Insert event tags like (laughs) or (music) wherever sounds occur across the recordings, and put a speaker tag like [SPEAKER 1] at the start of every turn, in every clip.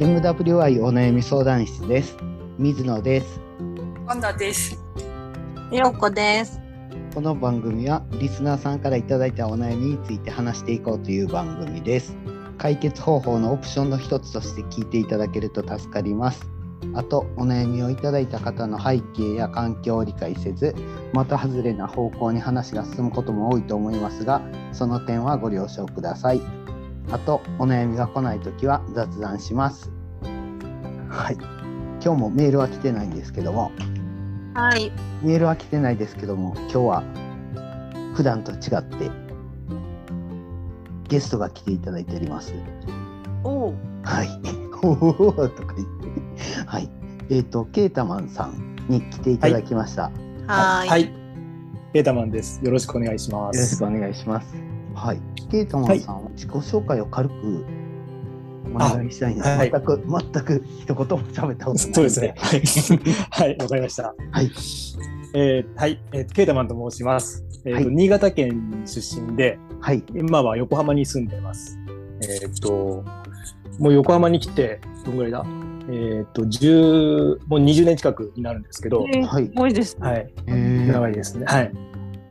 [SPEAKER 1] MWI お悩み相談室です水野です
[SPEAKER 2] ワンダです。
[SPEAKER 3] ひろこです。
[SPEAKER 1] この番組はリスナーさんからいただいたお悩みについて話していこうという番組です解決方法のオプションの一つとして聞いていただけると助かりますあとお悩みをいただいた方の背景や環境を理解せず的外れな方向に話が進むことも多いと思いますがその点はご了承くださいあとお悩みが来ないときは雑談しますはい今日もメールは来てないんですけども
[SPEAKER 3] はい。
[SPEAKER 1] メールは来てないですけども今日は普段と違ってゲストが来ていただいております
[SPEAKER 2] おお。
[SPEAKER 1] はい (laughs) おおとか言ってはいえっ、とケータマンさんに来ていただきました、よ
[SPEAKER 3] はーい。
[SPEAKER 4] はい。ベータマンです。よろしくお願いしま
[SPEAKER 1] ろし
[SPEAKER 4] す。
[SPEAKER 1] くお願いしますはいケータマンさん、自己紹介を軽くお願いしたいんです、
[SPEAKER 4] あはい
[SPEAKER 1] 全く全く一言も喋ったことないん
[SPEAKER 4] そうですね。はい。はい、わかりました。
[SPEAKER 1] はい。
[SPEAKER 4] えーはい、えーケータマンと申します。えっ、と、
[SPEAKER 1] はい
[SPEAKER 4] 新潟県出身で、
[SPEAKER 1] はい
[SPEAKER 4] 今は横浜に住んでます。えっ、と、もう横浜に来て、どんぐらいだえっ、と、10、もう20年近くになるんですけど、
[SPEAKER 1] はい
[SPEAKER 3] 多いですね。
[SPEAKER 4] はい。
[SPEAKER 1] えー
[SPEAKER 4] 長いですね。はい。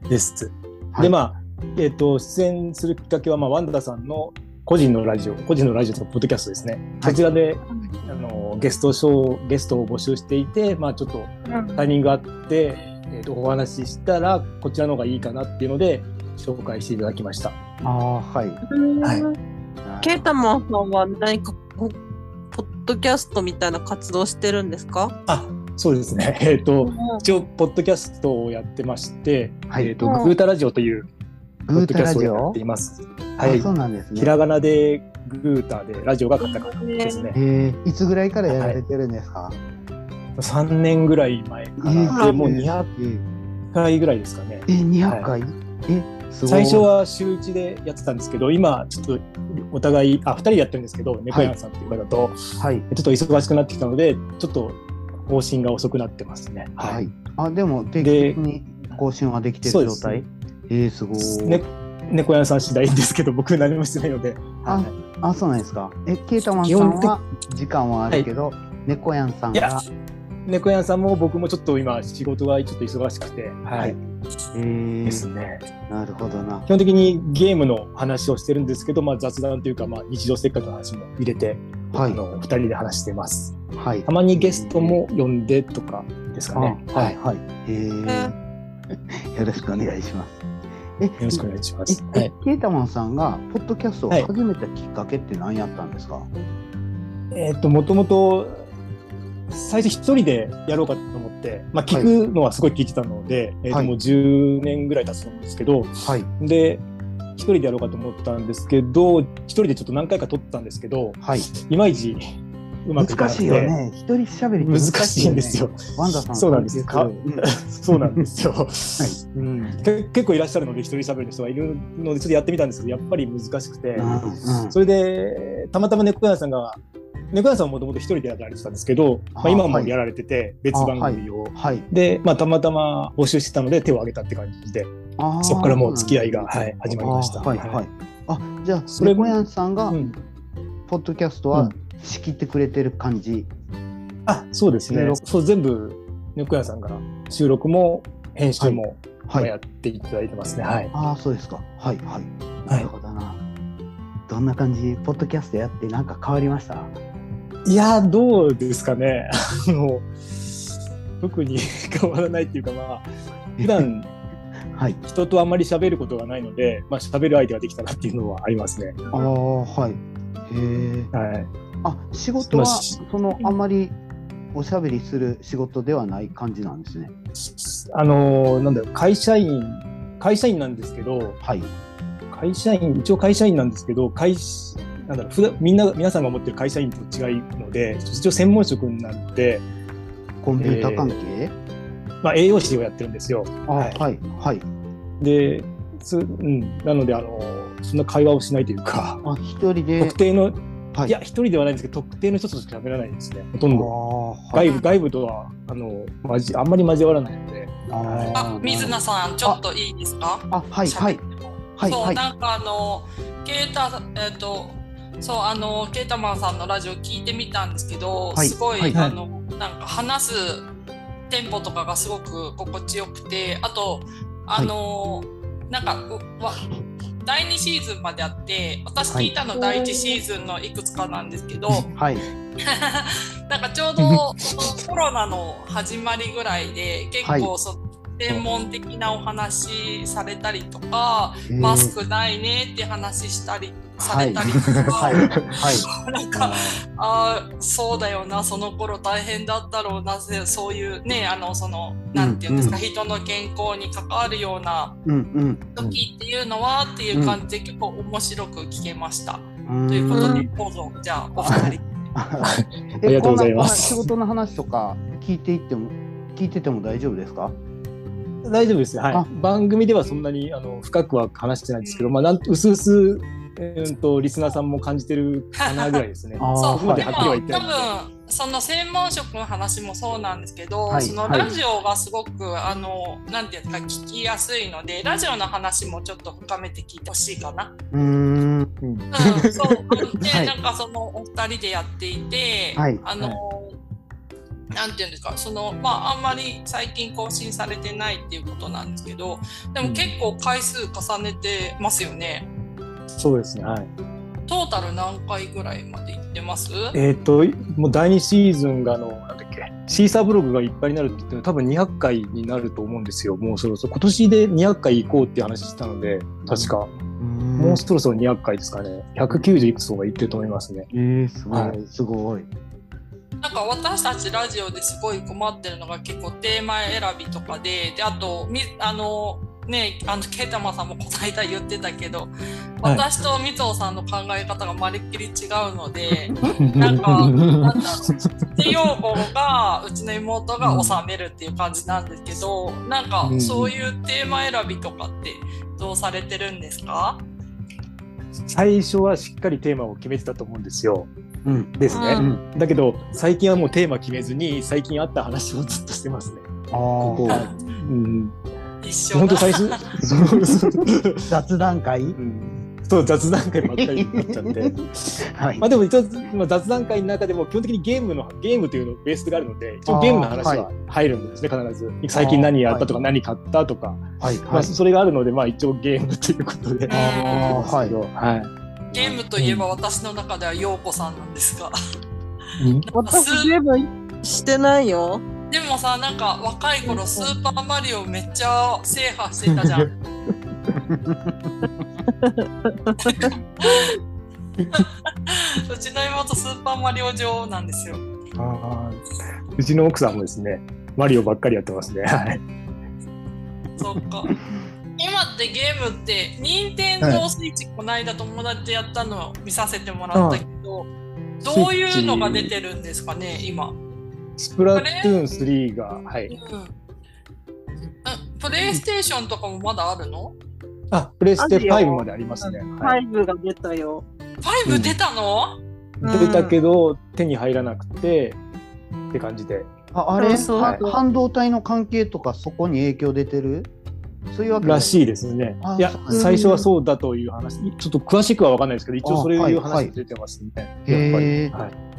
[SPEAKER 4] です。
[SPEAKER 1] はい
[SPEAKER 4] で、まあ、えっ、と、出演するきっかけは、まあ、ワンダさんの個人のラジオ、個人のラジオとか、ポッドキャストですね。
[SPEAKER 1] はい
[SPEAKER 4] そちらで、あのゲストショーゲストを募集していて、まあ、ちょっとタイミングがあって、えー、とお話ししたらこちらの方がいいかなっていうので紹介していただきました
[SPEAKER 1] あーはい
[SPEAKER 3] うん
[SPEAKER 4] はい
[SPEAKER 3] ケータマンさんは何かこうポッドキャストみたいな活動してるんですか？
[SPEAKER 4] あそうですね (laughs) えっと
[SPEAKER 3] は
[SPEAKER 4] 一応ポッドキャストをやってまして、
[SPEAKER 1] はい
[SPEAKER 4] えー、と
[SPEAKER 3] うん
[SPEAKER 4] グータラジオというポ
[SPEAKER 1] グ
[SPEAKER 4] ッ
[SPEAKER 1] ー
[SPEAKER 4] ド
[SPEAKER 1] タ
[SPEAKER 4] キャ
[SPEAKER 1] ラ
[SPEAKER 4] ストを
[SPEAKER 1] ジ
[SPEAKER 4] やっ
[SPEAKER 1] オ
[SPEAKER 4] ていますは
[SPEAKER 1] あ
[SPEAKER 4] い
[SPEAKER 1] そうなんですね
[SPEAKER 4] ひらがなでグータでラジオがカタカナですね
[SPEAKER 1] えー、いつぐらいからやられてるんですか、
[SPEAKER 4] 3年ぐらい前かな、でもう200回ぐらいですかね
[SPEAKER 1] え200回、えすごい
[SPEAKER 4] 最初は週1でやってたんですけど今ちょっとお互いあ2人でやってるんですけど猫山さんっていう方と、
[SPEAKER 1] はい
[SPEAKER 4] ちょっと忙しくなってきたのでちょっと更新が遅くなってますね
[SPEAKER 1] は、
[SPEAKER 4] はいい、
[SPEAKER 1] あでも定期的に更新はできて
[SPEAKER 4] そう
[SPEAKER 1] る
[SPEAKER 4] で
[SPEAKER 1] 状
[SPEAKER 4] す
[SPEAKER 1] 態えー、すごい、
[SPEAKER 4] ね猫山さん次第ですけど僕何もしてないので、
[SPEAKER 1] あ
[SPEAKER 4] は
[SPEAKER 1] あそうなんですかえケータマン
[SPEAKER 4] 基
[SPEAKER 1] さん
[SPEAKER 4] 本的
[SPEAKER 1] は時間はあるけど、猫やんさん
[SPEAKER 4] い、いや
[SPEAKER 1] が
[SPEAKER 4] 猫山さんも僕もちょっと今仕事がちょっと忙しくて
[SPEAKER 1] は
[SPEAKER 4] はい
[SPEAKER 1] え
[SPEAKER 4] いです
[SPEAKER 1] ー、
[SPEAKER 4] ね
[SPEAKER 1] なるほどな
[SPEAKER 4] 基本的にゲームの話をしてるんですけど、まあ、雑談というか、まあ、日常生活の話も入れて、
[SPEAKER 1] はい
[SPEAKER 4] あの2人で話してます
[SPEAKER 1] はい
[SPEAKER 4] たまにゲストも呼んでとかですか
[SPEAKER 1] あ
[SPEAKER 4] ね
[SPEAKER 1] はいはいえー、 (laughs) よろしくお願いしますえよ
[SPEAKER 4] よろしくお願いしま
[SPEAKER 1] え
[SPEAKER 4] す。は
[SPEAKER 1] え
[SPEAKER 4] い、
[SPEAKER 1] ケータマンさんがポッドキャストを始めたきっかけって何やったんですか、
[SPEAKER 4] えーっと、もともと、最初一人でやろうかと思って、まあ、聞くのはすごい聞いてたので、えーっ
[SPEAKER 1] は
[SPEAKER 4] と
[SPEAKER 1] い
[SPEAKER 4] もう10年ぐらい経つと思うんですけど、
[SPEAKER 1] はい
[SPEAKER 4] で、一人でやろうかと思ったんですけど、一人でちょっと何回か撮ったんですけど、
[SPEAKER 1] はい
[SPEAKER 4] いまいちうまくいか
[SPEAKER 1] 難
[SPEAKER 4] な
[SPEAKER 1] し
[SPEAKER 4] く
[SPEAKER 1] い
[SPEAKER 4] て、
[SPEAKER 1] よね。一人喋りって
[SPEAKER 4] 難しいんですよ。。
[SPEAKER 1] ワンダさん、
[SPEAKER 4] そうなんですか
[SPEAKER 1] うん
[SPEAKER 4] そうなんですよ、うんけ結構いらっしゃるので、一人喋る人がいるので、ちょっとやってみたんですけど、やっぱり難しくて。
[SPEAKER 1] うんうん
[SPEAKER 4] それで、たまたま猫屋さんが、猫屋さんはもともと一人でやられてたんですけど、ま
[SPEAKER 1] あ
[SPEAKER 4] あ、今も
[SPEAKER 1] はい
[SPEAKER 4] やられてて、別番組を。
[SPEAKER 1] はい。
[SPEAKER 4] で、まあ、たまたま募集してたので手を挙げたって感じで、
[SPEAKER 1] あー
[SPEAKER 4] そこからもう付き合いが、はい、
[SPEAKER 1] そう
[SPEAKER 4] 始ま
[SPEAKER 1] な
[SPEAKER 4] り
[SPEAKER 1] ん
[SPEAKER 4] ま
[SPEAKER 1] です
[SPEAKER 4] し
[SPEAKER 1] ね
[SPEAKER 4] た。
[SPEAKER 1] あーはいはい。あ、じゃあ、そ
[SPEAKER 4] それ
[SPEAKER 1] れ
[SPEAKER 4] も
[SPEAKER 1] もやんさんが
[SPEAKER 4] う、ん
[SPEAKER 1] ポッドキャスト
[SPEAKER 4] う
[SPEAKER 1] は
[SPEAKER 4] ん
[SPEAKER 1] 仕切ってくれてる感じ。
[SPEAKER 4] あ、そうです
[SPEAKER 1] 収
[SPEAKER 4] ね。
[SPEAKER 1] 録
[SPEAKER 4] そう、全部、猫屋さんから収録も編集も、
[SPEAKER 1] は
[SPEAKER 4] まあ
[SPEAKER 1] い。
[SPEAKER 4] やっていただいてますね。はい。
[SPEAKER 1] ああ、そうですか。はいはい。
[SPEAKER 4] い
[SPEAKER 1] なるほどな。どんな感じ、ポッドキャストやって、なんか変わりました。
[SPEAKER 4] いや、どうですかね。あの、特に (laughs) 変わらないっていうか、まあ、普段、
[SPEAKER 1] (laughs) はい。
[SPEAKER 4] 人とあんまり喋ることがないので、まあ喋る相手ができたなっていうのはありますね。
[SPEAKER 1] ああ、はい。へえ。
[SPEAKER 4] はい。
[SPEAKER 1] あ、仕事は、
[SPEAKER 4] まあし
[SPEAKER 1] その、あんまり。おしゃべりする仕事ではない感じなんですね。
[SPEAKER 4] あのーなんだろう、会社員、会社員なんですけど、
[SPEAKER 1] はい。
[SPEAKER 4] 会社員、一応会社員なんですけど、会社、なんだろう、普段みんな、皆さんが思ってる会社員と違いので、一応専門職になって、
[SPEAKER 1] コンピュータ関係。
[SPEAKER 4] まあ栄養士をやってるんですよ。
[SPEAKER 1] あ
[SPEAKER 4] は
[SPEAKER 1] はいいはい。
[SPEAKER 4] で、すうん、なので、あのーそんな会話をしないというか、
[SPEAKER 1] あ一人で
[SPEAKER 4] 特。定の、
[SPEAKER 1] はい
[SPEAKER 4] い、や、一人ではないんですけど、特定の人としか喋らないですね、ほとんど。
[SPEAKER 1] あ
[SPEAKER 4] 外部、外部とは、あの、まじ、あんまり交わらないので、
[SPEAKER 1] あはい
[SPEAKER 2] あ、水
[SPEAKER 1] な
[SPEAKER 2] 野さん、ちょっといいですか。
[SPEAKER 1] あはいはい
[SPEAKER 2] 喋っても
[SPEAKER 1] はい
[SPEAKER 2] そう、
[SPEAKER 1] はい
[SPEAKER 2] なんかあの、ケータ、えっ、と、そうあのケータマンさんのラジオ聞いてみたんですけど、
[SPEAKER 1] はい
[SPEAKER 2] すごい、
[SPEAKER 1] はい
[SPEAKER 2] あのなんか話すテンポとかがすごく心地よくてあとあの、なんかうわ第2シーズンまであって私聞いたの第1シーズンのいくつかなんですけど、
[SPEAKER 1] はい。
[SPEAKER 2] なんかちょうどそのコロナの始まりぐらいで結
[SPEAKER 1] は
[SPEAKER 2] 構その専門的なお話されたりとか、
[SPEAKER 1] えー
[SPEAKER 2] マスクないねって話したりされたりとか、
[SPEAKER 1] はい。は
[SPEAKER 2] (laughs) なんかあーそうだよなその頃大変だったろうなぜそういうねあのそのなんていうんですか、
[SPEAKER 1] う。
[SPEAKER 2] 人の健康に関わるようない
[SPEAKER 1] うんうん。
[SPEAKER 2] 時っていうのはっていう感じで結構面白く聞けました。
[SPEAKER 1] うん
[SPEAKER 2] ということで
[SPEAKER 3] う
[SPEAKER 2] どうぞじゃあお二人。
[SPEAKER 1] え
[SPEAKER 4] (laughs) ありがとうございます
[SPEAKER 1] こんな仕事の話とか聞いていっても聞いてても大丈夫ですか？
[SPEAKER 4] 大丈夫ですよ、
[SPEAKER 1] あ
[SPEAKER 4] はい、番組ではそんなにあの深くは話してないんですけど、まあ、なんうすうす、うーんとリスナーさんも感じてるかなぐらいですね。
[SPEAKER 1] あー
[SPEAKER 2] そう
[SPEAKER 4] ここまでは
[SPEAKER 2] でも
[SPEAKER 4] っきりは言って
[SPEAKER 2] 多
[SPEAKER 4] ない
[SPEAKER 2] 分その専門職の話もそうなんですけど、
[SPEAKER 1] はい
[SPEAKER 2] その
[SPEAKER 1] はい
[SPEAKER 2] ラジオがすごく、あのなんていうんですか聞きやすいのでラジオの話もちょっと深めて聞いてほしいかな。
[SPEAKER 1] うーん。
[SPEAKER 4] うん
[SPEAKER 2] うん、そうで、
[SPEAKER 1] はい
[SPEAKER 2] なんかそのお二人でやっていて、
[SPEAKER 1] はい
[SPEAKER 2] あの、なんていうんですかそのまああんまり最近更新されてないっていうことなんですけどでも結構回数重ねてますよね、
[SPEAKER 4] そうですね、はい、
[SPEAKER 2] トータル何回ぐらいまで行ってます
[SPEAKER 4] えっ、ともう第2シーズンがあのなんだっけシーサーブログがいっぱいになるって言っても多分200回になると思うんですよもうそろそろ今年で200回行こうっていう話したので確か、も
[SPEAKER 1] も
[SPEAKER 4] うそろそろ200回ですかね190いくつとか行ってると思いますね。
[SPEAKER 1] えー、すご
[SPEAKER 4] はい
[SPEAKER 1] すごい。
[SPEAKER 2] なんか私たちラジオですごい困ってるのが結構テーマ選びとかで、であとみあのねあのケータマさんもこの間言ってたけど、
[SPEAKER 4] はい
[SPEAKER 2] 私とみつおさんの考え方がまるっきり違うの
[SPEAKER 1] (laughs)
[SPEAKER 2] で、
[SPEAKER 4] な
[SPEAKER 2] なんかなんだろう、手用語がうちの妹が収めるっていう感じなんですけど、なんかそういうテーマ選びとかってどうされてるんですか？
[SPEAKER 4] (laughs) 最初はしっかりテーマを決めてたと思うんですよ。
[SPEAKER 1] うん。
[SPEAKER 4] ですね。
[SPEAKER 3] う
[SPEAKER 1] うん。
[SPEAKER 4] だけど最近はもうテーマ決めずに最近あった話をずっとしてますね。
[SPEAKER 1] あ
[SPEAKER 4] ここ
[SPEAKER 1] あ
[SPEAKER 4] は。うん、
[SPEAKER 2] 一緒
[SPEAKER 4] 本当
[SPEAKER 2] だ。
[SPEAKER 4] 最初 (laughs) そうそう
[SPEAKER 1] 雑談会？
[SPEAKER 4] うんそう雑談会ばっかりになっちゃって。
[SPEAKER 1] はい
[SPEAKER 4] まあでも一応、まあ、雑談会の中でも基本的にゲームのゲームというのベースがあるので一応ゲームの話は入るんですね、必ず最近何やったとか何買ったとか、
[SPEAKER 1] はい
[SPEAKER 4] ま
[SPEAKER 1] は
[SPEAKER 4] あ、
[SPEAKER 1] い。
[SPEAKER 4] それがあるのでまあ一応ゲームということで、
[SPEAKER 1] あーはい
[SPEAKER 4] はい、
[SPEAKER 2] ゲームといえば私の中では陽子さんなんですが。 (laughs)
[SPEAKER 3] 私ゲームしてないよ。
[SPEAKER 2] でもさなんか若い頃スーパーマリオめっちゃ制覇してたじゃん。 (laughs) うちの妹スーパーマリオ女王なんですよ。
[SPEAKER 4] あーうちの奥さんもですねマリオばっかりやってますね。はい
[SPEAKER 2] そっ
[SPEAKER 4] (laughs)
[SPEAKER 2] か。今ってゲームって任天堂スイッチこないだ友達でやったのを見させてもらったけど、どういうのが出てるんですかね今。
[SPEAKER 4] スプラトゥーン3が、は
[SPEAKER 2] う
[SPEAKER 4] い、
[SPEAKER 2] ん。あプレイステーションとかもまだあるの
[SPEAKER 4] あプレステ
[SPEAKER 3] あるよ
[SPEAKER 4] 5までありますね。
[SPEAKER 3] フ
[SPEAKER 4] は
[SPEAKER 3] ァ
[SPEAKER 4] い
[SPEAKER 3] イブが出たよ。
[SPEAKER 2] ?5 出たの、
[SPEAKER 3] うん
[SPEAKER 4] 出たけど手に入らなくてって感じで
[SPEAKER 1] ああれ
[SPEAKER 3] そう
[SPEAKER 4] そう
[SPEAKER 1] は半導体の関係とかそこに影響出てる？そういうわけ
[SPEAKER 4] らしいですね
[SPEAKER 1] あ。
[SPEAKER 4] いや
[SPEAKER 1] そうなん、
[SPEAKER 3] だ
[SPEAKER 4] 最初はそうだという話、ちょっと詳しくは分かんないですけど、一応そういう
[SPEAKER 1] あはい
[SPEAKER 4] 話が出てますね。
[SPEAKER 1] へー
[SPEAKER 4] やっぱり。はい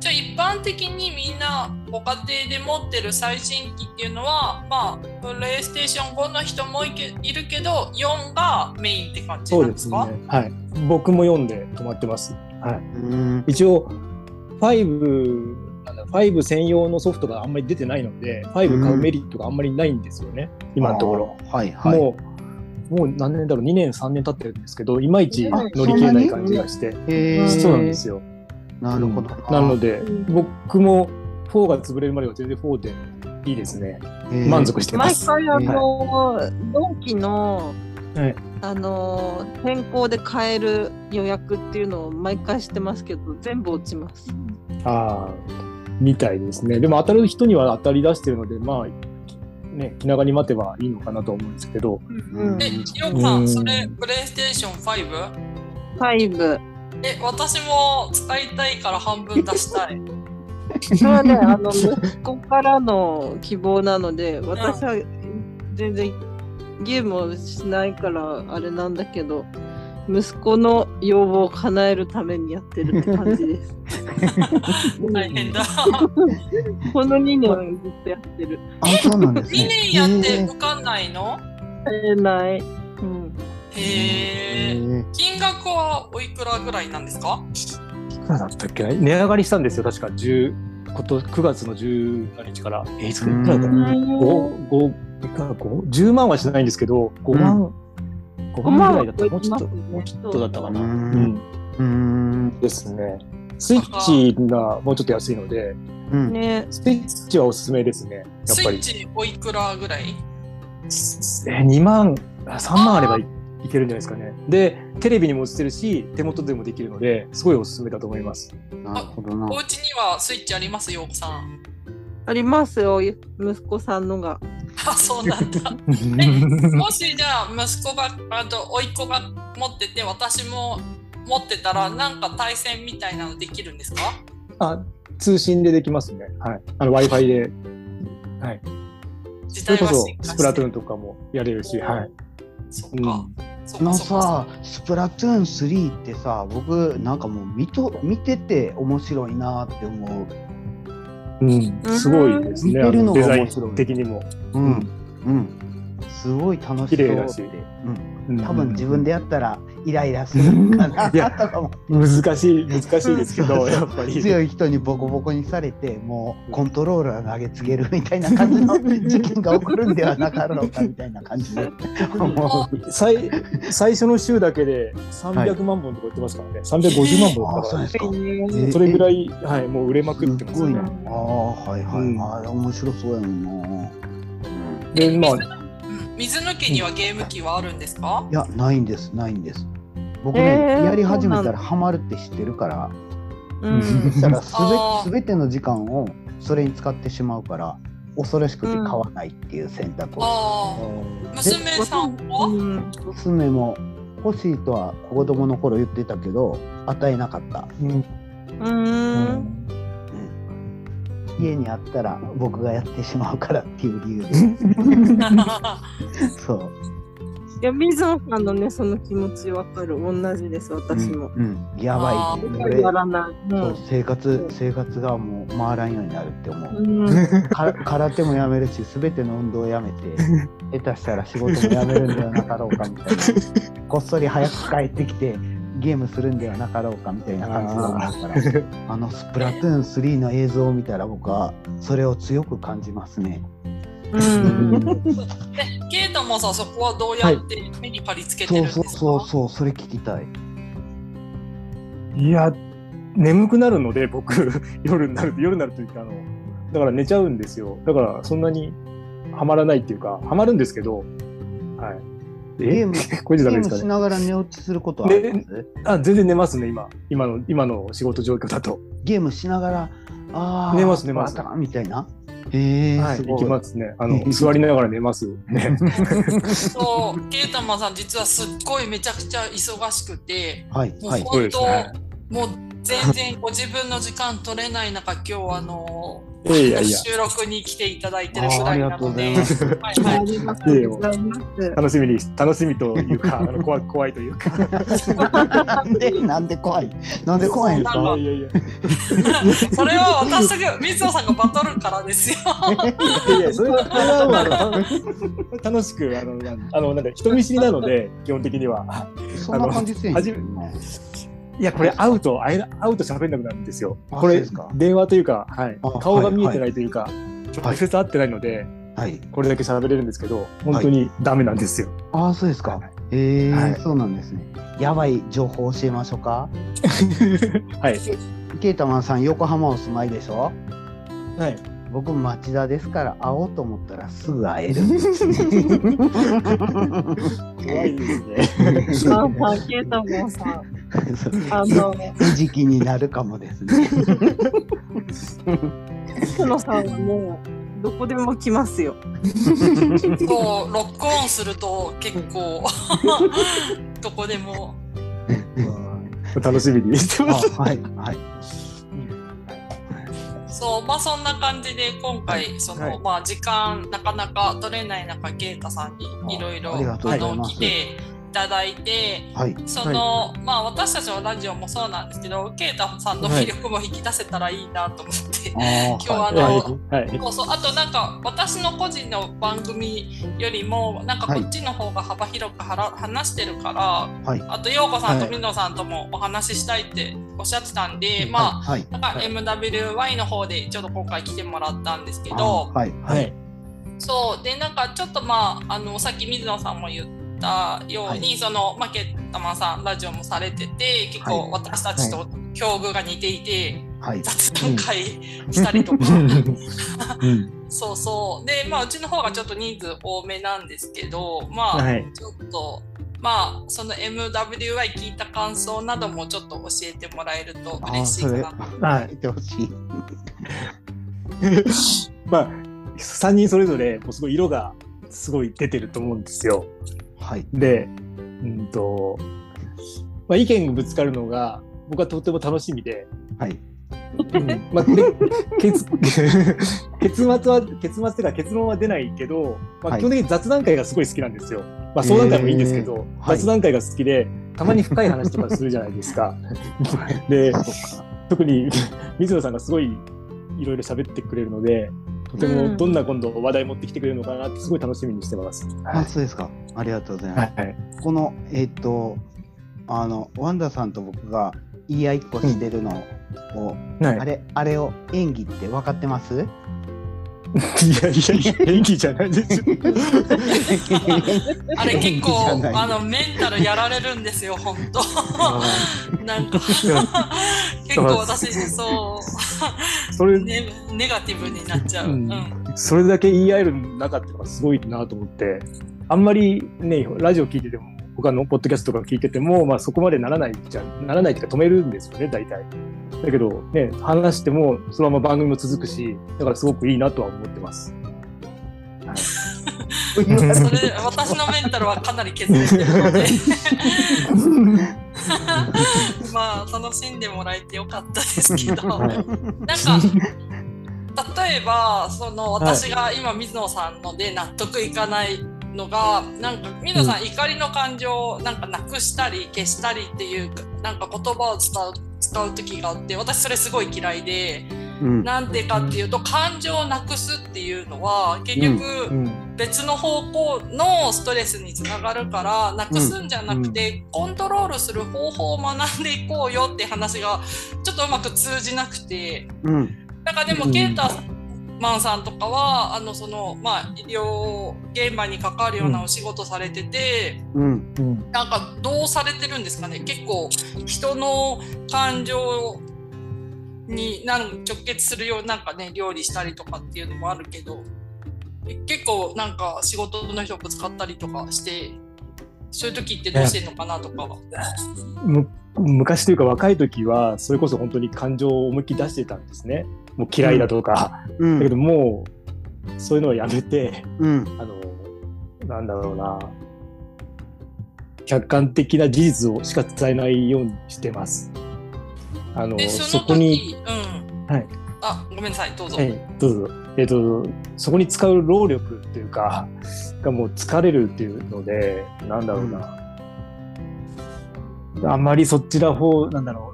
[SPEAKER 2] じゃあ一般的にみんなご家庭で持ってる最新機っていうのはまあプレイステーション5の人もいけいるけど4がメインって感じ
[SPEAKER 4] そう
[SPEAKER 2] な
[SPEAKER 4] んで
[SPEAKER 2] ですす
[SPEAKER 4] ね。
[SPEAKER 2] か
[SPEAKER 4] はい。僕も読んで止まってます。は
[SPEAKER 1] うん
[SPEAKER 4] い。一応、5、なんだ、5専用のソフトがあんまり出てないので、5買うメリットがあんまりないんですよね、今のところ。。
[SPEAKER 1] あーはいはい。
[SPEAKER 4] もう、もう何年だろう、2年、3年経ってるんですけど、いまいち乗り切れない感じがして、
[SPEAKER 1] へー
[SPEAKER 4] そうなんですよ。
[SPEAKER 1] なるほど。
[SPEAKER 4] なので
[SPEAKER 3] う、
[SPEAKER 4] 僕も4が潰れるまでは全然4でいいですね。
[SPEAKER 1] へー
[SPEAKER 4] 満足してま
[SPEAKER 3] 毎
[SPEAKER 4] す。
[SPEAKER 3] 回あの、ドンキの、
[SPEAKER 4] はい
[SPEAKER 3] あの変更で買える予約っていうのを毎回してますけど全部落ちます。
[SPEAKER 4] ああ、みたいですね。でも当たる人には当たり出してるので、まあ、ね、気長に待てばいいのかなと思うんですけど、
[SPEAKER 1] うん
[SPEAKER 2] で、ひろこさ
[SPEAKER 4] うん
[SPEAKER 2] ん、それ、プレイステーション 5?
[SPEAKER 3] ファイブ。
[SPEAKER 2] え、私も使いたいから半分出したい。
[SPEAKER 3] それはねあの息子からの希望なので私は全然ゲームをしないからあれなんだけど息子の要望を叶えるためにやってるって感じです。
[SPEAKER 2] 大変だ。
[SPEAKER 3] (laughs) この2年はずっとやってる。
[SPEAKER 1] あ、そうなんです
[SPEAKER 2] 2
[SPEAKER 1] ね。
[SPEAKER 2] 年やって
[SPEAKER 1] へ
[SPEAKER 2] 受かんないの
[SPEAKER 3] ええない。うん。
[SPEAKER 2] へえ。
[SPEAKER 1] ーへ
[SPEAKER 2] 金額はおいくらぐらいなんですか
[SPEAKER 4] いくらだったっけ値上がりしたんですよ、確か10、今年9月の17日から。えー、いついくらだった
[SPEAKER 1] う
[SPEAKER 4] か
[SPEAKER 1] ん
[SPEAKER 4] な五五いくら五10万はしないんですけど、5万、五
[SPEAKER 3] 5
[SPEAKER 4] 万
[SPEAKER 3] 万
[SPEAKER 4] ぐら
[SPEAKER 3] はい
[SPEAKER 4] だったもうちょっと、
[SPEAKER 3] 超えてますよね
[SPEAKER 4] もうちょっとだったかな。
[SPEAKER 1] う
[SPEAKER 4] うんん。
[SPEAKER 1] ーうーん。
[SPEAKER 4] ですね。スイッチがもうちょっと安いので、
[SPEAKER 1] うん。
[SPEAKER 3] ね
[SPEAKER 4] スイッチはおすすめですね。やっ
[SPEAKER 2] スイ
[SPEAKER 4] ぱ
[SPEAKER 2] ッ
[SPEAKER 4] り。
[SPEAKER 2] チおいくらぐらい
[SPEAKER 4] えー、2万、あ3万あればいいけるんじゃないですかね。で、テレビにも映ってるし、手元でもできるので、すごいおすすめだと思います。
[SPEAKER 1] なるほどな
[SPEAKER 2] お。家にはスイッチありますよ、お子さん。 (laughs)
[SPEAKER 3] ありますよ、息子さんのが。
[SPEAKER 2] あ、そうなんだ。
[SPEAKER 4] (laughs)
[SPEAKER 2] もしじゃあ息子があと甥っ子が持ってて私も持ってたらなんか対戦みたいなのできるんですか
[SPEAKER 4] あ、通信でできますね。はい。あの、Wi-Fi で。はい。
[SPEAKER 2] 時
[SPEAKER 4] それ
[SPEAKER 2] 代
[SPEAKER 4] こ
[SPEAKER 2] は
[SPEAKER 4] そ
[SPEAKER 2] 進、化
[SPEAKER 4] ス
[SPEAKER 2] し
[SPEAKER 4] プ
[SPEAKER 2] て
[SPEAKER 4] ラトゥー
[SPEAKER 2] る
[SPEAKER 4] ンとかもやれるし、はい。
[SPEAKER 2] そっ
[SPEAKER 4] うん
[SPEAKER 2] か、そっ
[SPEAKER 1] あの
[SPEAKER 2] かそっか
[SPEAKER 1] さ、スプラトゥーン3ってさ、僕なんかもう見と見てて面白いなって思う。
[SPEAKER 4] うん、すごいですね。
[SPEAKER 1] 見てるの
[SPEAKER 4] あデ
[SPEAKER 1] が
[SPEAKER 4] ザイ
[SPEAKER 1] 面白い
[SPEAKER 4] ン的にも。
[SPEAKER 1] うん、うん、すごい楽し
[SPEAKER 4] 綺
[SPEAKER 1] そう
[SPEAKER 4] 麗だし
[SPEAKER 1] うん、
[SPEAKER 4] うん
[SPEAKER 1] 多分自分でやったらイライラするかな
[SPEAKER 4] いや
[SPEAKER 1] とかも
[SPEAKER 4] 難しい難しいです
[SPEAKER 1] そ
[SPEAKER 4] け
[SPEAKER 1] うそ
[SPEAKER 4] ど
[SPEAKER 1] う
[SPEAKER 4] やっぱり
[SPEAKER 1] 強い人にボコボコにされてもうコントローラー投げつけるみたいな感じの事件が起こるんではなかろうかみたいな感
[SPEAKER 4] (laughs)
[SPEAKER 1] じで思う。
[SPEAKER 4] 最最初の週だけで300万本とか売ってますからね、350万本
[SPEAKER 1] あ
[SPEAKER 4] と
[SPEAKER 1] そう
[SPEAKER 4] か
[SPEAKER 1] ですか。
[SPEAKER 4] それぐら
[SPEAKER 1] い
[SPEAKER 4] い、はい、もう売れまくってます
[SPEAKER 1] ご
[SPEAKER 4] よ
[SPEAKER 1] い
[SPEAKER 4] ね
[SPEAKER 1] な。ああはいはい、
[SPEAKER 4] うん
[SPEAKER 1] ああ面白そうやもんな。
[SPEAKER 4] でまあ
[SPEAKER 2] うん水抜きにはゲーム機はあるんですか
[SPEAKER 1] いやないんですないんです。僕ね、
[SPEAKER 3] えー
[SPEAKER 1] やり始め
[SPEAKER 3] そ
[SPEAKER 1] た
[SPEAKER 3] う
[SPEAKER 1] ら
[SPEAKER 3] な
[SPEAKER 1] ハマるって知ってるから。
[SPEAKER 3] うん。
[SPEAKER 1] そしたらす
[SPEAKER 2] あ
[SPEAKER 1] べす
[SPEAKER 2] ー
[SPEAKER 1] べての時間をそれに使ってしまうから恐ろしくて買わないっていう選択を、
[SPEAKER 2] ああ娘さんは
[SPEAKER 3] うん
[SPEAKER 1] 娘も欲しいとは子供の頃言ってたけど与えなかった
[SPEAKER 4] うん
[SPEAKER 3] うん。
[SPEAKER 1] 家にあったら僕がやってしまうからっていう理由でそう、
[SPEAKER 3] いや、水野さんのね、その気持ちわかる。同じです、私も。
[SPEAKER 1] うんうんやば
[SPEAKER 2] あ
[SPEAKER 1] い
[SPEAKER 2] ー
[SPEAKER 1] 俺
[SPEAKER 3] やらない。
[SPEAKER 1] そう生活生活がもう回らんようになるって思う、
[SPEAKER 3] うん。
[SPEAKER 1] か空手もやめるし全ての運動をやめ
[SPEAKER 4] (laughs)
[SPEAKER 1] て下手したら仕事もやめるんではなかろうかみたい
[SPEAKER 4] (laughs)
[SPEAKER 1] なこっそり早く帰ってきてゲームするんではなかろうかみたいな感じだ思うから
[SPEAKER 4] (laughs)
[SPEAKER 1] あのスプラトゥーン3の映像を見たら僕はそれを強く感じますね。
[SPEAKER 3] うん。
[SPEAKER 2] (laughs) えケイタもさそこはどうやって目に貼り付けて
[SPEAKER 1] そ
[SPEAKER 2] るん
[SPEAKER 1] う
[SPEAKER 2] です
[SPEAKER 1] そう
[SPEAKER 2] か
[SPEAKER 1] そうそうそれ聞きたい。
[SPEAKER 4] いや眠くなるので僕 (laughs) 夜になると夜になるというかあのだから寝ちゃうんですよだからそんなにはまらないっていうかはまるんですけどはい
[SPEAKER 1] ゲー
[SPEAKER 4] え
[SPEAKER 1] ム
[SPEAKER 4] こ
[SPEAKER 1] ゲ
[SPEAKER 4] れじ
[SPEAKER 1] ー
[SPEAKER 4] ゃダ
[SPEAKER 1] ム
[SPEAKER 4] メですか
[SPEAKER 1] し
[SPEAKER 4] ね
[SPEAKER 1] ながら寝落ちすることはあります、
[SPEAKER 4] あ全然寝ますね今今の今の仕事状況だと
[SPEAKER 1] ゲームしながらああ
[SPEAKER 4] 寝ます寝ます
[SPEAKER 1] みたいな。へえ、
[SPEAKER 4] はい、
[SPEAKER 1] す
[SPEAKER 4] 行
[SPEAKER 1] ご
[SPEAKER 4] き
[SPEAKER 1] い。
[SPEAKER 4] ますね。あの、座りながら寝ます
[SPEAKER 1] (laughs)
[SPEAKER 4] ね。
[SPEAKER 2] そうケイタマさん実はすっごいめちゃくちゃ忙しくて
[SPEAKER 1] はい
[SPEAKER 2] もう
[SPEAKER 1] はい。
[SPEAKER 4] そう
[SPEAKER 2] 本
[SPEAKER 4] です
[SPEAKER 2] 当、
[SPEAKER 4] ね
[SPEAKER 2] もう全然ご自分の時間取れない中、今日はあの
[SPEAKER 4] いやいやいや、
[SPEAKER 2] 収録に来ていただいてるぐ
[SPEAKER 1] ああ
[SPEAKER 2] らい
[SPEAKER 1] り
[SPEAKER 2] な
[SPEAKER 1] がとう
[SPEAKER 2] の
[SPEAKER 1] ござ
[SPEAKER 2] で、
[SPEAKER 1] います。
[SPEAKER 2] は
[SPEAKER 3] あ
[SPEAKER 2] いは
[SPEAKER 3] りがとうございます。
[SPEAKER 4] 楽しみに、楽しみというか、あの怖い怖いというか。
[SPEAKER 1] (laughs) なんでなんで怖いなんで怖いんです
[SPEAKER 2] そんな
[SPEAKER 1] か
[SPEAKER 2] の
[SPEAKER 4] いやいや、
[SPEAKER 2] い、それは私が水野さんがバトルからですよ。
[SPEAKER 4] いやいや、それは、それはもうあの楽しく、あの、なんあの、なんだ、人見知りなので、基本的には。
[SPEAKER 1] そんな感じせえへん
[SPEAKER 4] あのいや、これ、会うと、会えな、会うと喋んなくなるんですよ。
[SPEAKER 1] あ
[SPEAKER 4] こ
[SPEAKER 1] そう
[SPEAKER 4] れ
[SPEAKER 1] ですか、
[SPEAKER 4] 電話というか、はい
[SPEAKER 1] あ、
[SPEAKER 4] 顔が見えてないというか、直接会ってないので、
[SPEAKER 1] はい。
[SPEAKER 4] これだけ喋れるんですけど、本当にダメなんで
[SPEAKER 1] (laughs)
[SPEAKER 4] すよ。
[SPEAKER 1] ああ、そうですか。ええ
[SPEAKER 4] はい
[SPEAKER 1] そうなんですね。やばい情報教えましょうか。
[SPEAKER 4] はい。
[SPEAKER 1] ケイタマンさん、横浜お住まいでしょ
[SPEAKER 4] はい。
[SPEAKER 1] 僕、町田ですから、会おうと思ったらすぐ会える。 (laughs)
[SPEAKER 4] 怖いですね。
[SPEAKER 3] さんさん、ケイタモンさん。あの、
[SPEAKER 1] 時時期になるかもですね。 (laughs)
[SPEAKER 3] 久野さんはもう、どこでも来ますよ。
[SPEAKER 2] こうロックオンすると結
[SPEAKER 1] (laughs)
[SPEAKER 2] 構 (laughs) どこでも
[SPEAKER 4] 楽しみにして
[SPEAKER 1] あ
[SPEAKER 4] ます。
[SPEAKER 1] はい、はい。
[SPEAKER 2] そうまあそんな感じで今回その、
[SPEAKER 4] はい
[SPEAKER 2] まあ時間なかなか取れない中、ケイタさんにいろいろ
[SPEAKER 1] あありがとうございます
[SPEAKER 2] 来てただいて
[SPEAKER 1] はい。
[SPEAKER 2] その、まあ私たちのラジオもそうなんですけどケイタさんの魅力も引き出せたらいいなと思って、 (laughs)
[SPEAKER 1] 今
[SPEAKER 2] 日はあの
[SPEAKER 4] はい。
[SPEAKER 2] そうそうあとなんか私の個人の番組よりもなんかこっちの方が幅広くはら話してるから、
[SPEAKER 1] はい
[SPEAKER 2] あと陽子さんと
[SPEAKER 4] はい
[SPEAKER 2] みのさんともお話ししたいっておっしゃってたんで、まあ
[SPEAKER 1] はい。
[SPEAKER 2] なんか
[SPEAKER 4] はい
[SPEAKER 2] MWY の方でちょっと今回来てもらったんですけ
[SPEAKER 1] あ
[SPEAKER 2] ど
[SPEAKER 1] はい。
[SPEAKER 4] はい。
[SPEAKER 2] そうでなんかちょっとまああのさっき水野さんも言ったように、そのマーケットマンさんラジオもされてて結
[SPEAKER 1] は
[SPEAKER 2] 構
[SPEAKER 1] い
[SPEAKER 2] 私たちと境遇が似ていて、
[SPEAKER 1] はい。
[SPEAKER 2] 雑談会したりとか、
[SPEAKER 4] うん
[SPEAKER 2] そうそうでまあうちの方がちょっと人数多めなんですけどまあ、
[SPEAKER 4] はい。
[SPEAKER 2] ちょっとまあその MWI 聞いた感想などもちょっと教えてもらえると
[SPEAKER 1] あ
[SPEAKER 2] 嬉
[SPEAKER 1] ー
[SPEAKER 2] しい
[SPEAKER 1] そ
[SPEAKER 2] か
[SPEAKER 1] れ。
[SPEAKER 2] な。
[SPEAKER 1] は。
[SPEAKER 4] はい
[SPEAKER 1] てほしい。
[SPEAKER 4] まあ、3人それぞれ、もうすごい色がすごい出てると思うんですよ。
[SPEAKER 1] はい。
[SPEAKER 4] で、うんと、まあ、意見がぶつかるのが、僕はとても楽しみで、
[SPEAKER 1] はい。
[SPEAKER 4] うんまあ、で結 (laughs) 結末は、結末というか結論は出ないけど、ま
[SPEAKER 1] は
[SPEAKER 4] あ、
[SPEAKER 1] い
[SPEAKER 4] 基本的に雑談会がすごい好きなんですよ。まあ、相談会もいいんですけ
[SPEAKER 1] へ
[SPEAKER 4] ど、
[SPEAKER 1] はい
[SPEAKER 4] 雑談会が好きで、たまに深い話とかするじゃないですか。で、特に水野さんがすごいいろいろ喋ってくれるので、とて
[SPEAKER 3] う
[SPEAKER 4] も
[SPEAKER 3] ん
[SPEAKER 4] どんな今度話題持ってきてくれるのかなってすごい楽しみにしてます。
[SPEAKER 1] あ、そうですか。ありがとうございます。
[SPEAKER 4] はい。
[SPEAKER 1] このえっ、とあのワンダさんと僕が言い合いっこしてるのを、
[SPEAKER 4] はい
[SPEAKER 1] あれあれを演技って分かってます
[SPEAKER 4] いやいやいや、演技じゃないですよ。
[SPEAKER 2] あれ
[SPEAKER 1] 演技
[SPEAKER 2] 結構
[SPEAKER 1] じゃない
[SPEAKER 2] あのメンタルやられるんですよ本当なんか結構私そ、
[SPEAKER 4] そうれ、
[SPEAKER 2] ね、ネガティブになっちゃう、う
[SPEAKER 4] うんんそれだけ言い合える中っていうのがすごいなと思って、あんまりね、ラジオ聞いてても、他のポッドキャストとか聞いてても、まあそこまでならないじゃならないっていうか止めるんですよね、大体。だけど、ね、話しても、そのまま番組も続くし、だからすごくいいなとは思ってます。
[SPEAKER 2] それ私のメンタルはかなり削れてるのでまあ楽しんでもらえてよかったです
[SPEAKER 1] (laughs)
[SPEAKER 2] けどなんか例えばその私が今水野さんので納得いかないのがなんか水野さん怒りの感情をなんかなくしたり消したりっていうなんか言葉を使う使う時があって私それすごい嫌いで
[SPEAKER 1] うん
[SPEAKER 2] なんでかっていうと感情をなくすっていうのは結局、
[SPEAKER 4] うん。
[SPEAKER 2] 別の方向のストレスにつながるからなくすんじゃなくて、コントロールする方法を学んでいこうよって話がちょっとうまく通じなくて
[SPEAKER 1] うん
[SPEAKER 2] なんかでも
[SPEAKER 4] うん
[SPEAKER 2] ケータマンさんとかはあのその、まあ、医療現場に関わるようなお仕事されてて、
[SPEAKER 1] うん
[SPEAKER 4] うん。
[SPEAKER 2] なんかどうされてるんですかね結構人の感情になん直結するようなんかね料理したりとかっていうのもあるけどえ結構なんか仕事の人ぶつかったりとかしてそういう時ってどうしてんのかなとかは。
[SPEAKER 4] む昔というか若い時は、それこそ本当に感情を思いっきり出してたんですね。もう嫌いだとか。
[SPEAKER 1] う
[SPEAKER 4] だけど
[SPEAKER 1] ん
[SPEAKER 4] もうそういうのをやめて (laughs)
[SPEAKER 1] うん
[SPEAKER 4] あのなんだろうな客観的な事実をしか伝えないようにしてます。あの
[SPEAKER 2] で
[SPEAKER 4] そ
[SPEAKER 2] その
[SPEAKER 4] こに、
[SPEAKER 2] 時、うん
[SPEAKER 4] はい
[SPEAKER 2] あごめんなさいどうぞ。
[SPEAKER 4] ええどうぞえっ、とそこに使う労力っていうかがもう疲れるっていうのでなんだろうな、あんまりそっちら方なんだろ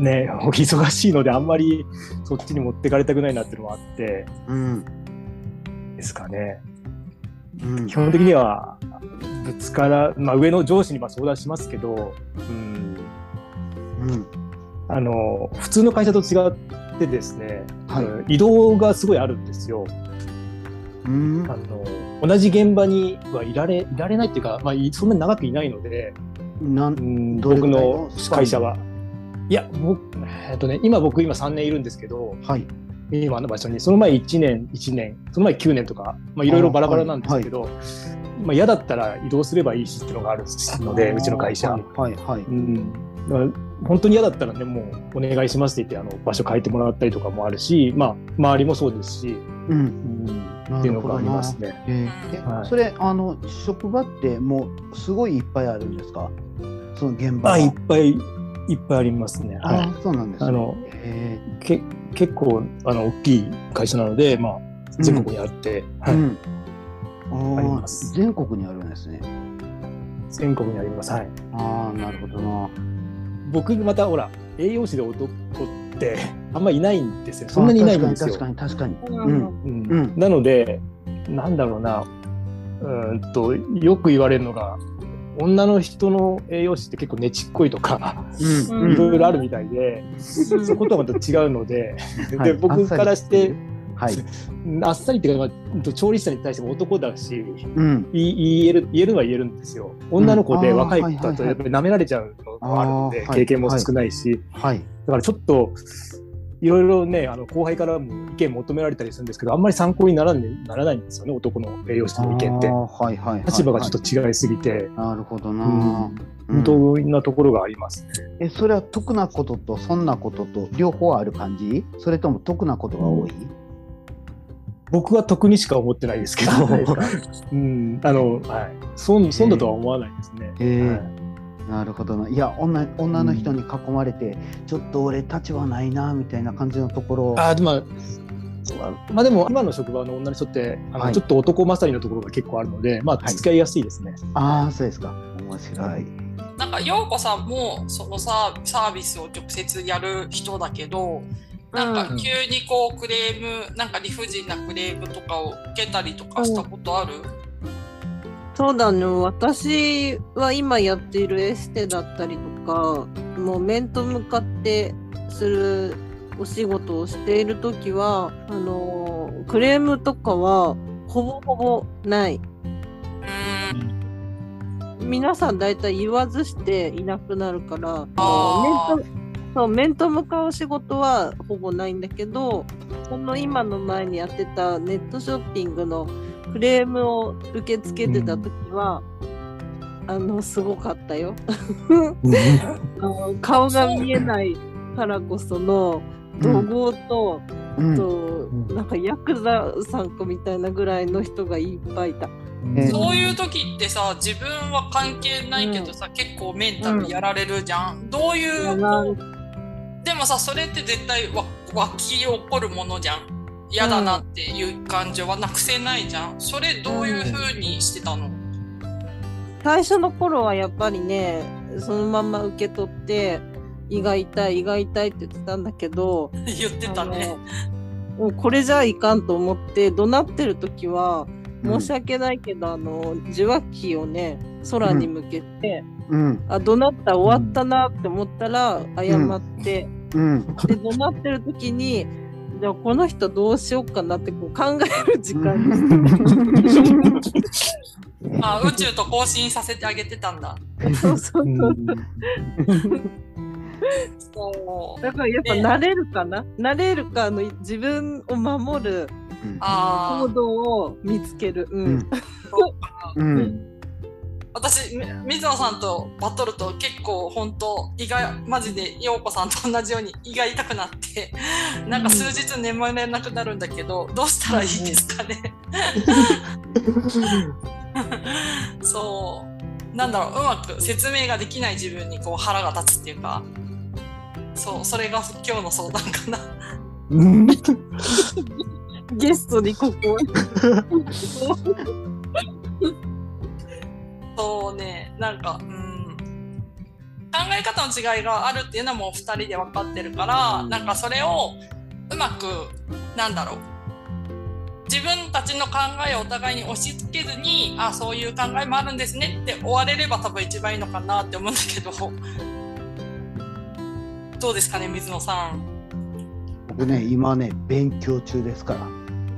[SPEAKER 4] うねお忙しいのであんまりそっちに持ってかれたくないなっていうのもあって
[SPEAKER 1] うん
[SPEAKER 4] ですかね。
[SPEAKER 1] うん
[SPEAKER 4] 基本的にはぶつから、まあ、上の上司にまあ相談しますけど、うん、
[SPEAKER 1] うん
[SPEAKER 4] あの普通の会社と違ってですね、
[SPEAKER 1] はい
[SPEAKER 4] うん移動がすごいあるんですよ。
[SPEAKER 1] うん
[SPEAKER 4] あの同じ現場にはいられいられないっていうか、まあ、いそんなに長くいないので、
[SPEAKER 1] な
[SPEAKER 4] うんん、
[SPEAKER 1] どれぐ
[SPEAKER 4] 僕
[SPEAKER 1] らいの
[SPEAKER 4] の会社は。いや僕、えっとね、今僕今3年いるんですけど
[SPEAKER 1] はい
[SPEAKER 4] 今の場所にその前1年1年その前9年とかまあいろいろバラバラなんですけど、まあ、嫌だったら移動すればいいしっていうのがあるのでうちの会社。
[SPEAKER 1] はいはいはい
[SPEAKER 4] うん、だから本当に嫌だったらねもうお願いしますって言ってあの場所変えてもらったりとかもあるし、まあ、周りもそうですし、
[SPEAKER 1] うん
[SPEAKER 4] うん、
[SPEAKER 1] な
[SPEAKER 4] って
[SPEAKER 1] る
[SPEAKER 4] いうの
[SPEAKER 1] ほど
[SPEAKER 4] があ
[SPEAKER 1] な
[SPEAKER 4] りますね。
[SPEAKER 1] へーえ
[SPEAKER 4] はい
[SPEAKER 1] それあの職場ってもうすごいいっぱいあるんですかその現場
[SPEAKER 4] あ
[SPEAKER 1] はい
[SPEAKER 4] っぱいいっぱいありますね。はい
[SPEAKER 1] あそうなんです
[SPEAKER 4] あの
[SPEAKER 1] へ
[SPEAKER 4] け結構あの大きい会社なので、まあ、全国にあって、
[SPEAKER 1] ーう
[SPEAKER 4] はい
[SPEAKER 1] んあ
[SPEAKER 4] あり
[SPEAKER 1] ー
[SPEAKER 4] ます
[SPEAKER 1] 全国にあるんですね
[SPEAKER 4] 全国にあります。はい。
[SPEAKER 1] ああ、なるほどな。
[SPEAKER 4] 僕またほら栄養士で男って (laughs) あんまいないんですよそんなにいないんですよ
[SPEAKER 1] あ。確かに確かに確か
[SPEAKER 3] う
[SPEAKER 1] に。うんん。
[SPEAKER 4] うん
[SPEAKER 1] うん
[SPEAKER 4] なのでなんだろうなうーんとよく言われるのが女の人の栄養士って結構ねちっこいとか
[SPEAKER 1] うんう
[SPEAKER 4] い
[SPEAKER 1] ん
[SPEAKER 4] ろいろあるみたいで、そことはまた違うの
[SPEAKER 1] (laughs)
[SPEAKER 4] で、
[SPEAKER 1] はい
[SPEAKER 4] で僕からして
[SPEAKER 1] はい。
[SPEAKER 4] あっさりっていうか、まあ、調理師さんに対しても男だし
[SPEAKER 1] うん。
[SPEAKER 4] い言える言えるのは言えるんですよ女の子で
[SPEAKER 1] うんあー
[SPEAKER 4] 若い子
[SPEAKER 1] は
[SPEAKER 4] だ
[SPEAKER 1] い
[SPEAKER 4] と
[SPEAKER 1] はいはい
[SPEAKER 4] やっぱり舐められちゃうのもあるので、
[SPEAKER 1] あーはい
[SPEAKER 4] 経験も少ないし、
[SPEAKER 1] はい。
[SPEAKER 4] だからちょっといろいろねあの後輩からも意見求められたりするんですけどあんまり参考にならんでならないんですよね男の栄養士の意見って
[SPEAKER 1] あー。はいはいはい。
[SPEAKER 4] 立場がちょっと違いすぎて、
[SPEAKER 1] と。なるほど
[SPEAKER 4] うん
[SPEAKER 1] な。うん
[SPEAKER 4] 本当なところがありますね。
[SPEAKER 1] え、それは得なことと損なことと両方ある感じそれとも得なことが多い
[SPEAKER 4] 僕は得にしか思ってないですけど、
[SPEAKER 1] そうですか
[SPEAKER 4] (laughs) うん、あの、はい、損損だとは思わないですね。
[SPEAKER 1] へー
[SPEAKER 4] はい
[SPEAKER 1] なるほどな。いや、女女の人に囲まれて、ちょっと俺立場ないな、みたいな感じのところを。
[SPEAKER 4] あーでもまあまあでも今の職場の女の人ってあの、
[SPEAKER 1] はい
[SPEAKER 4] ちょっと男勝りのところが結構あるのでまあ
[SPEAKER 1] はい
[SPEAKER 4] 付き合いやすいですね。
[SPEAKER 1] ああ、そうですか。面白い。
[SPEAKER 2] なんか陽子さんもそのサーサービスを直接やる人だけどなんか急にこうクレームなんか理不尽なクレームとかを受けたりとかしたことある、
[SPEAKER 3] そうだね私は今やっているエステだったりとかもう面と向かってするお仕事をしている時はあのークレームとかはほぼほぼない
[SPEAKER 2] うん
[SPEAKER 3] 皆さん大体言わずしていなくなるから
[SPEAKER 2] あー
[SPEAKER 3] 面とそう面と向かう仕事はほぼないんだけどこの今の前にやってたネットショッピングのクレームを受け付けてた時は、あのすごかったよあの顔が見えないからこその怒号と、
[SPEAKER 1] うん
[SPEAKER 3] と
[SPEAKER 4] ん
[SPEAKER 3] なんかヤクザさん子みたいなぐらいの人がいっぱいいた。
[SPEAKER 1] えー
[SPEAKER 2] そういう時ってさ自分は関係ないけどさ、結構メンタルやられるじゃん、どういうでもさそれって絶対わ湧き起こるものじゃん嫌だなっていう感情はなくせないじゃんそれどういう風にしてたの、 (laughs)
[SPEAKER 3] 最初の頃はやっぱりねそのまんま受け取って胃が痛い胃が痛いって言ってたんだけど
[SPEAKER 2] 言ってたね。
[SPEAKER 3] あのもうこれじゃいかんと思って怒鳴ってる時は
[SPEAKER 1] うん
[SPEAKER 3] 申し訳ないけど、あの受話器をね空に向けて、
[SPEAKER 1] うん。
[SPEAKER 3] あ怒鳴った終わったなって思ったら謝って、
[SPEAKER 1] うん。
[SPEAKER 3] で怒鳴ってる時にじゃあこの人どうしようかなってこう考える時間に
[SPEAKER 2] あ宇宙と交信させてあげてたんだ。
[SPEAKER 3] そうそううんそう
[SPEAKER 2] そう
[SPEAKER 3] だからやっぱ慣れるかな、慣れるかあの自分を守る
[SPEAKER 2] あ
[SPEAKER 3] 行
[SPEAKER 2] ー
[SPEAKER 3] 動を見つける。うん。
[SPEAKER 1] うんうん。
[SPEAKER 2] 私み水野さんとバトルと結構本当胃がマジで陽子さんと同じように胃が痛くなってなんか数日眠れなくなるんだけどどうしたらいいですかねそうなんだろううまく説明ができない自分にこう腹が立つっていうかそうそれが今日の相談かな。
[SPEAKER 4] うん
[SPEAKER 3] ゲストにここ。
[SPEAKER 2] そうね、なんか、うん、考え方の違いがあるっていうのはもう2人で分かってるから、なんかそれをうまく、なんだろう、自分たちの考えをお互いに押し付けずに、あそういう考えもあるんですねって終われれば多分一番いいのかなって思うんだけど、 (laughs) どうですかね、水野さん。
[SPEAKER 1] 僕ね、今ね、勉強中ですから。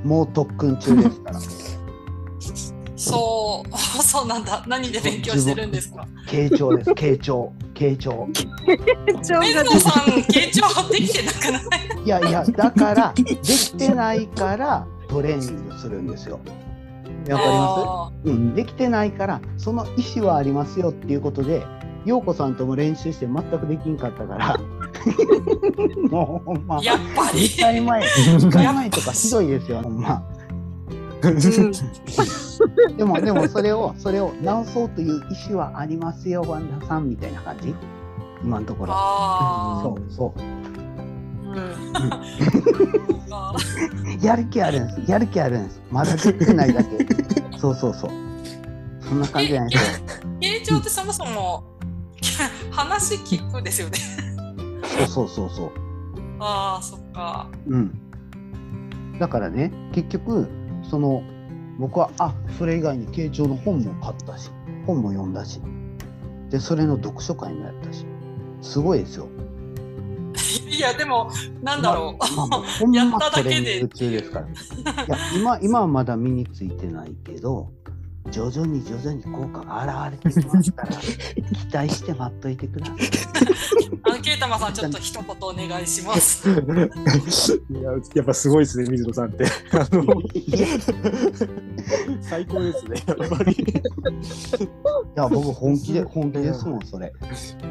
[SPEAKER 1] もう特訓中ですから。
[SPEAKER 2] そう、そう (laughs) なんだ。何で勉強してるんですか。
[SPEAKER 1] 慶長です。慶長。慶長。
[SPEAKER 3] ちょう
[SPEAKER 2] 水野さん、緊張できてなくない
[SPEAKER 1] いやいや、だから、できてないから、トレーニングするんですよ。わかりま
[SPEAKER 2] あ
[SPEAKER 1] す。うん、できてないから、その意思はありますよっていうことで。陽子さんとも練習して全くできんかったから。もう、ほんま
[SPEAKER 2] ー。やっぱり。
[SPEAKER 1] 使い前、使い前とかひどいですよ、ほんま。でも、でも、それを、それを直そうという意思はありますよ、ワンダさんみたいな感じ。今のところ。
[SPEAKER 2] ああ。
[SPEAKER 1] そう、そう。
[SPEAKER 3] うん
[SPEAKER 2] あ
[SPEAKER 1] やる気あるんです。やる気あるんです。まだできてないだけ。そうそうそう。そんな感じじゃないですか。
[SPEAKER 2] 形状ってそもそも話聞くですよね。
[SPEAKER 1] そうそうそうそう。
[SPEAKER 2] ああ、そっか。
[SPEAKER 1] うん、だからね結局その僕はあそれ以外に慶長の本も買ったし本も読んだしでそれの読書会もやったしすごいですよ。
[SPEAKER 2] いや、でも、なんだろう。
[SPEAKER 1] まあ
[SPEAKER 2] (laughs)
[SPEAKER 1] まあほん
[SPEAKER 2] やっ
[SPEAKER 1] ま
[SPEAKER 2] た
[SPEAKER 1] ト
[SPEAKER 2] だ
[SPEAKER 1] レ
[SPEAKER 2] け
[SPEAKER 1] ーニ
[SPEAKER 2] で
[SPEAKER 1] ング中ですから。いや今今はまだ身についてないけど徐々に徐々に効果が現れてきますから期待して待っといてください。
[SPEAKER 2] アンケータマさん、ちょっと一言お願いします。
[SPEAKER 4] いや、やっぱすごいですね、水野さんって。あの、
[SPEAKER 1] いやい
[SPEAKER 4] 最高ですね、やっぱり。
[SPEAKER 1] や僕本気で本気ですもんそれ。う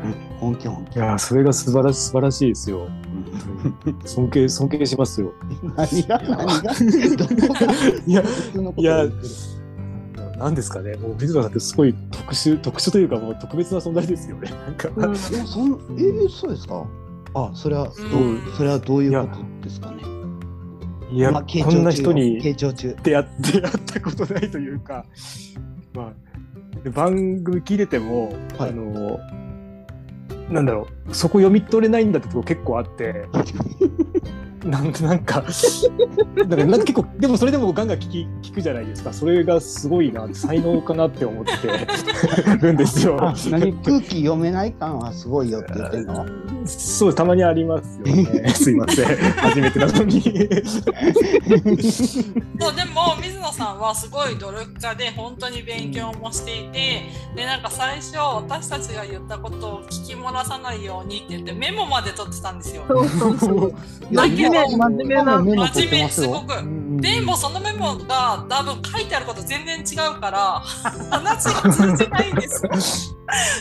[SPEAKER 1] ん本気本
[SPEAKER 4] い
[SPEAKER 1] 気。
[SPEAKER 4] や、それが素晴らし素晴らしいですよ。
[SPEAKER 1] うん
[SPEAKER 4] 尊敬、尊敬しますよ。
[SPEAKER 1] 何が何がどこが
[SPEAKER 4] いや、
[SPEAKER 1] 普通のこと
[SPEAKER 4] いや
[SPEAKER 1] 言ってる
[SPEAKER 4] なんですかね、もう水野さんってすごい特殊、特殊というか、もう特別な存在ですよね。なんか、
[SPEAKER 3] うん
[SPEAKER 1] でもそんえー、そうですかあそれはどう、
[SPEAKER 2] うん
[SPEAKER 1] それはどういうことですかね
[SPEAKER 4] いや、
[SPEAKER 1] まあ慶
[SPEAKER 4] こ
[SPEAKER 1] 長
[SPEAKER 4] んな
[SPEAKER 1] 中
[SPEAKER 4] 人に
[SPEAKER 1] 慶長中
[SPEAKER 4] 出会って (laughs) やったことないというか、まあ、で番組聞いてても、
[SPEAKER 1] はい
[SPEAKER 4] あのなんだろうそこ読み取れないんだってとこ結構あ (laughs) ってなんなんかなんかなんか結構でもそれでもガンガン聞き聞くじゃないですかそれがすごいな才能かなって思って (laughs) るんですよ。
[SPEAKER 1] あ何空気読めない感はすごいよって言ってるの
[SPEAKER 2] (laughs)
[SPEAKER 4] そうたまにありますよね。 (laughs) すいません初めてなの (laughs) に。
[SPEAKER 2] そうでも水野さんはすごい努力家で本当に勉強もしていてでなんか最初私たちが言ったことを聞き漏らさないようにって言ってメモまで取ってたんですよ。
[SPEAKER 3] そうそう (laughs) そう。真面目真面目な
[SPEAKER 1] 目の取って
[SPEAKER 2] 真面目
[SPEAKER 1] ます
[SPEAKER 2] すご
[SPEAKER 1] よ
[SPEAKER 2] く。でもそのメモが多分書いてあること全然違うから話が通じないんです
[SPEAKER 4] (laughs)
[SPEAKER 2] よ。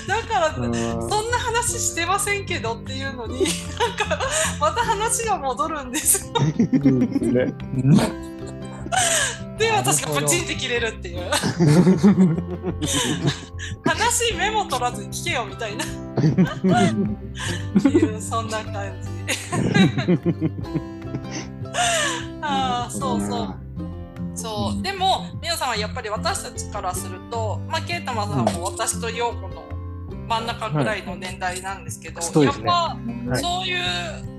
[SPEAKER 2] だから
[SPEAKER 4] うん
[SPEAKER 2] そんな話してませんけどっていうのになんかまた話が戻る
[SPEAKER 4] (laughs)
[SPEAKER 2] んですよ。
[SPEAKER 4] うんね (laughs)
[SPEAKER 2] で私がポチンって切れるっ
[SPEAKER 4] (laughs)
[SPEAKER 2] ていう話メモ取らずに聞けよみたい
[SPEAKER 4] (laughs)
[SPEAKER 2] な。っていうそんな感
[SPEAKER 4] (laughs)
[SPEAKER 2] じ。ああそうそうそうでも皆さんはやっぱり私たちからするとまあケイタマさんも私と陽子の真ん中ぐらいの年代なんですけど、
[SPEAKER 4] はいそう
[SPEAKER 2] や
[SPEAKER 4] で
[SPEAKER 2] っ
[SPEAKER 4] すね
[SPEAKER 2] ぱ、
[SPEAKER 4] はい
[SPEAKER 2] そういう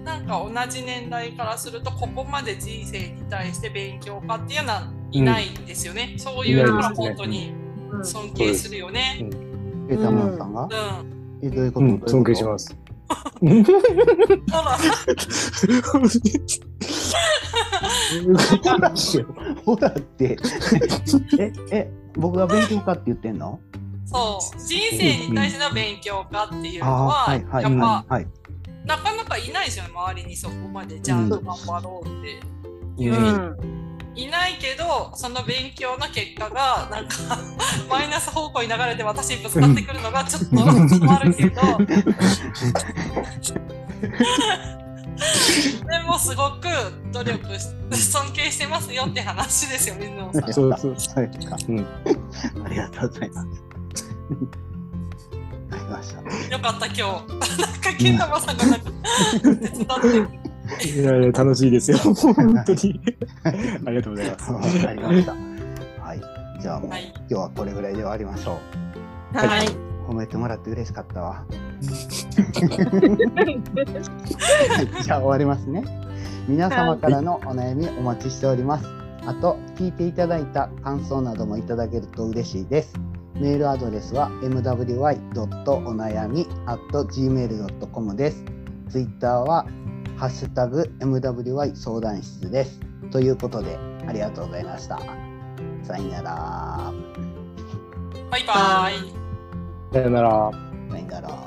[SPEAKER 2] なんか同じ年代からするとここまで人生に対して勉強家っていうのはいないんですよね、そういうのは本当に
[SPEAKER 3] うん
[SPEAKER 2] 尊敬するよね。
[SPEAKER 1] えータマンさんが、
[SPEAKER 2] うん、
[SPEAKER 1] えどういうこ
[SPEAKER 4] う
[SPEAKER 1] と、
[SPEAKER 4] ん、尊敬し
[SPEAKER 1] す
[SPEAKER 4] ます。
[SPEAKER 2] ただ
[SPEAKER 4] (laughs)
[SPEAKER 1] ほらって
[SPEAKER 2] (laughs)
[SPEAKER 1] ええ僕が勉強かって言ってんの
[SPEAKER 2] そう人生に対しての勉強家っていうの
[SPEAKER 1] あ
[SPEAKER 2] は
[SPEAKER 1] あ
[SPEAKER 2] や
[SPEAKER 1] ー
[SPEAKER 2] っ
[SPEAKER 1] はいはい
[SPEAKER 2] ぱ
[SPEAKER 1] はいはい
[SPEAKER 2] なかなかいないですよね周りにそこまでちゃんと頑張ろうって。
[SPEAKER 4] うん
[SPEAKER 3] うん
[SPEAKER 2] いないけどその勉強の結果がなんか (laughs) マイナス方向に流れて私にぶつかってくるのがちょっと困るけどでもすごく努力し尊敬してますよって話ですよ水野さん。
[SPEAKER 4] そうそう
[SPEAKER 1] そうですか、
[SPEAKER 4] うん
[SPEAKER 1] ありがとうございます。わかりました。
[SPEAKER 2] よかった今日。 (laughs) なんかけん玉さんがなんか手伝って
[SPEAKER 4] いやいや、楽しいですよ。本当に。 (laughs) ありがとうございます。
[SPEAKER 1] わかりました。はい、じゃあもう、
[SPEAKER 2] はい
[SPEAKER 1] 今日はこれぐらいで終わりましょ
[SPEAKER 3] は
[SPEAKER 2] はい
[SPEAKER 3] い。
[SPEAKER 1] う。褒めてもらって嬉しかったわ。はいじゃあ終わりますね。皆様からのお悩みお待ちしております。あと聞いていただいた感想などもいただけると嬉しいです。メールアドレスは mwy.onayami.gmail.com です。ツイッターはハッシュタグ mwy 相談室です。ということでありがとうございました。さよなら。
[SPEAKER 2] バイバイ。
[SPEAKER 4] さよなら。
[SPEAKER 1] さよなら。